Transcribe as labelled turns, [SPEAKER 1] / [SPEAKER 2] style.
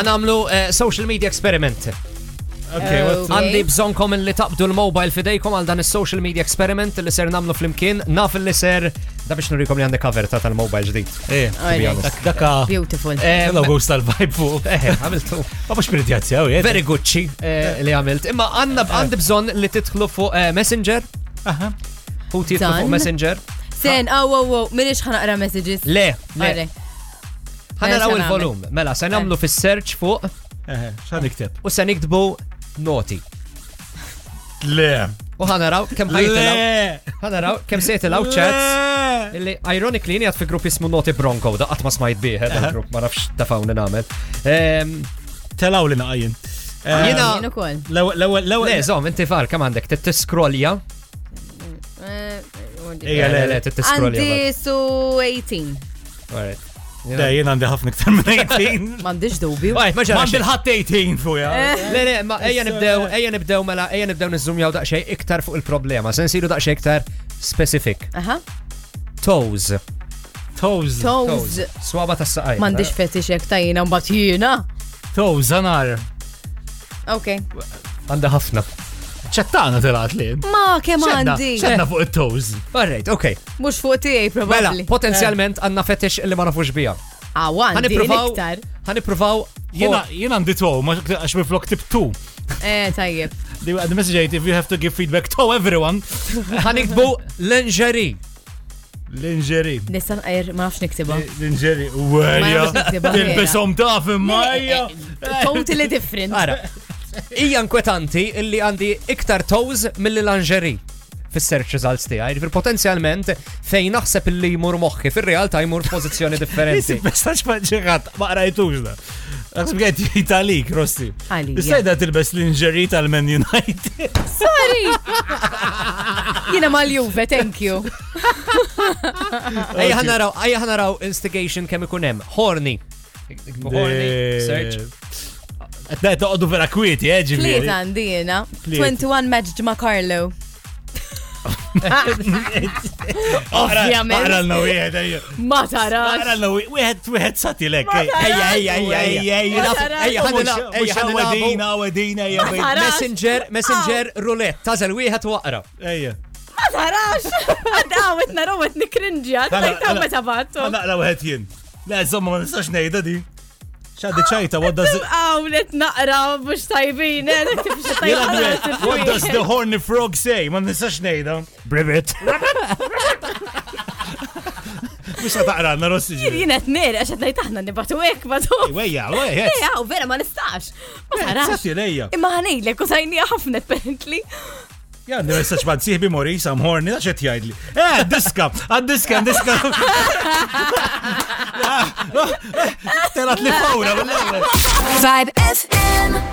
[SPEAKER 1] għanamlu eh, social media experiment.
[SPEAKER 2] Okay, what's
[SPEAKER 3] Okay.
[SPEAKER 1] Għandi bżonkom li taqbdu l-mobile fidejkom għal dan il-social media experiment li ser namlu fl-imkien, naf li ser da biex nurikom li għandek cover ta' tal-mobile ġdijt.
[SPEAKER 2] Eh,
[SPEAKER 3] Alright.
[SPEAKER 2] dak- daka
[SPEAKER 3] Beautiful.
[SPEAKER 1] Eh.
[SPEAKER 2] hello ghost tal-vibe fuq.
[SPEAKER 1] Għamiltu.
[SPEAKER 2] Ma mux mirid jazzjaw, jed.
[SPEAKER 1] Very Gucci eh, li għamilt. Imma għanna għandi bżon li titħlu fuq eh, Messenger. U titħlu
[SPEAKER 3] Dan.
[SPEAKER 1] fuq Messenger.
[SPEAKER 3] Sen, aw, aw, aw, minix ħanaqra messages.
[SPEAKER 1] Le, le.
[SPEAKER 3] Għarre.
[SPEAKER 1] Għanna
[SPEAKER 3] Eh,
[SPEAKER 1] raw
[SPEAKER 3] se nagħmel.
[SPEAKER 1] il-volum. Mela, se namlu fis-search fuq
[SPEAKER 2] Eh, Xan ikteb?
[SPEAKER 1] u se nikdbu noti.
[SPEAKER 2] Le.
[SPEAKER 1] U ħana raw kem ħajtilaw.
[SPEAKER 2] Le.
[SPEAKER 1] Ħana raw kem sejtilaw chats. Illi, ironically, jini għad fi grupp jismu Noti Bronco, da għatma smajt biħed għal-grupp, ma nafx ta' fawni namel. Ehm,
[SPEAKER 2] Telaw li naqajin. Eh,
[SPEAKER 1] Jena-
[SPEAKER 3] Jien ukoll.
[SPEAKER 2] L-ewel, l-ewel,
[SPEAKER 1] Le,
[SPEAKER 2] l-ewel.
[SPEAKER 1] zom, inti far, kam għandek, t-tiskrolja.
[SPEAKER 3] Eh,
[SPEAKER 2] Ejja,
[SPEAKER 1] Le,
[SPEAKER 2] le,
[SPEAKER 1] le,
[SPEAKER 2] le.
[SPEAKER 1] t-tiskrolja.
[SPEAKER 3] Għandi su 18.
[SPEAKER 2] Le, jena għandi ħafna iktar minn 18.
[SPEAKER 3] Mandiġ dubi.
[SPEAKER 1] Għajt, maġġa.
[SPEAKER 2] Mandi l-ħat 18 fuja.
[SPEAKER 1] Le, le, ma ejja nibdew, ejja nibdew mela, ejja nibdew nizzumjaw daqxej iktar fuq il-problema, sen siru daqxej iktar specific.
[SPEAKER 3] Aha.
[SPEAKER 1] Toes.
[SPEAKER 2] Toes.
[SPEAKER 3] Toes.
[SPEAKER 1] Swaba ta' saqaj.
[SPEAKER 3] Mandiġ fetix jek tajina mbat jina.
[SPEAKER 2] Toes, għanar.
[SPEAKER 3] Ok.
[SPEAKER 1] Għanda ħafna.
[SPEAKER 2] ċettana telat li.
[SPEAKER 3] Ma, kem għandi.
[SPEAKER 2] ċetna fuq il-toes.
[SPEAKER 1] Alright, ok.
[SPEAKER 3] Mux fuq tiegħi
[SPEAKER 1] Mela,
[SPEAKER 3] probabli. Eh.
[SPEAKER 1] potenzjalment għanna fetix li ma nafux bija.
[SPEAKER 3] Għawandi,
[SPEAKER 1] Ħanipruvaw.
[SPEAKER 3] iktar.
[SPEAKER 1] Ħanipruvaw.
[SPEAKER 2] Jena, jena għandi toe, ma għax mi flok tip two.
[SPEAKER 3] Eh, tajjeb.
[SPEAKER 2] The, the message is, if you have to give feedback to everyone,
[SPEAKER 1] Ħanikbu lingerie.
[SPEAKER 2] l-inġeri.
[SPEAKER 3] Nistan għajr ma nafx niktiba.
[SPEAKER 2] Eh, L-inġeri,
[SPEAKER 3] Ma
[SPEAKER 2] werja.
[SPEAKER 3] nafx niktiba, vera.
[SPEAKER 2] Tilbesom taf imma.
[SPEAKER 3] Eh, Totally different.
[SPEAKER 1] Ara, hija inkwetanti illi għandi iktar toes mill lingerie fis-search results tiegħi, fil potenzjalment fejn naħseb illi jmur moħħi, fir-realtà jmur f'pożizzjoni
[SPEAKER 3] eh,
[SPEAKER 1] differenti.
[SPEAKER 2] Isib messaġġ maġġerat, ma rajtux da. Għasib għed jitalik, Rossi.
[SPEAKER 3] Għalija.
[SPEAKER 2] Istajda tilbes l-inġeri tal-Man United.
[SPEAKER 3] Sorry. Jina mal-juve, thank you.
[SPEAKER 1] Ejja ħanaraw, ejja ħanaraw instigation kemm ikun hemm. Horny. Horny,
[SPEAKER 2] Eh,
[SPEAKER 1] search.
[SPEAKER 2] Għedna toqdu vera kwieti, eh, ġiviri.
[SPEAKER 3] Tliet għandi jena.
[SPEAKER 2] Tlieta.
[SPEAKER 3] 21 match ma' Carlo. Ovvjament.
[SPEAKER 2] Għara l-nawijiet, ejja.
[SPEAKER 3] Ma tarax.
[SPEAKER 2] Għara l-nawijiet, wieħed, wieħed sati lek.
[SPEAKER 1] Ejja, ejja, ejja, ejja, ejja,
[SPEAKER 3] Tara,
[SPEAKER 1] ejja, ħanila, ejja,
[SPEAKER 2] Ejja,
[SPEAKER 1] ħanila.
[SPEAKER 2] għedina, għedina, ejja, bejt.
[SPEAKER 3] Tara.
[SPEAKER 1] Messenger, messenger, roulette, tażel wieħed waqra.
[SPEAKER 2] Ejja.
[SPEAKER 3] Ma tarax. Għadawet narowet nikrinġja.
[SPEAKER 2] Tara,
[SPEAKER 3] Tajta
[SPEAKER 2] tara.
[SPEAKER 3] meta battu.
[SPEAKER 2] Ma naqra wieħed jien. Le, insomma, ma nistax nejda di. Xaddi
[SPEAKER 3] Ah,
[SPEAKER 2] ċajta, what does it...
[SPEAKER 3] Għaw, let naqra mux tajbin. eh, dak tibx tajbin,
[SPEAKER 2] Jela
[SPEAKER 3] dak
[SPEAKER 2] duet,
[SPEAKER 3] tibx
[SPEAKER 2] what does
[SPEAKER 3] tajbin.
[SPEAKER 2] the horny frog say? Ma nistax nejda. Brivit. Mux taqra għanna rossi ġiri.
[SPEAKER 3] Jina t-nir, għaxet najtaħna nibatu ek, batu.
[SPEAKER 2] Wejja, wejja.
[SPEAKER 3] Ejja, u vera ma nistax. Ma tarax.
[SPEAKER 2] Sassi lejja.
[SPEAKER 3] Imma ħanejlek u sajnija ħafna apparently.
[SPEAKER 2] Ja, għanni messaċ bad siħbi mori, sam horni, da xet jajdli. Eh, diska, għad diska, Ah, oh, għad diska. Telat li eh, fawra, mill-ewwel.
[SPEAKER 4] Vibe FM.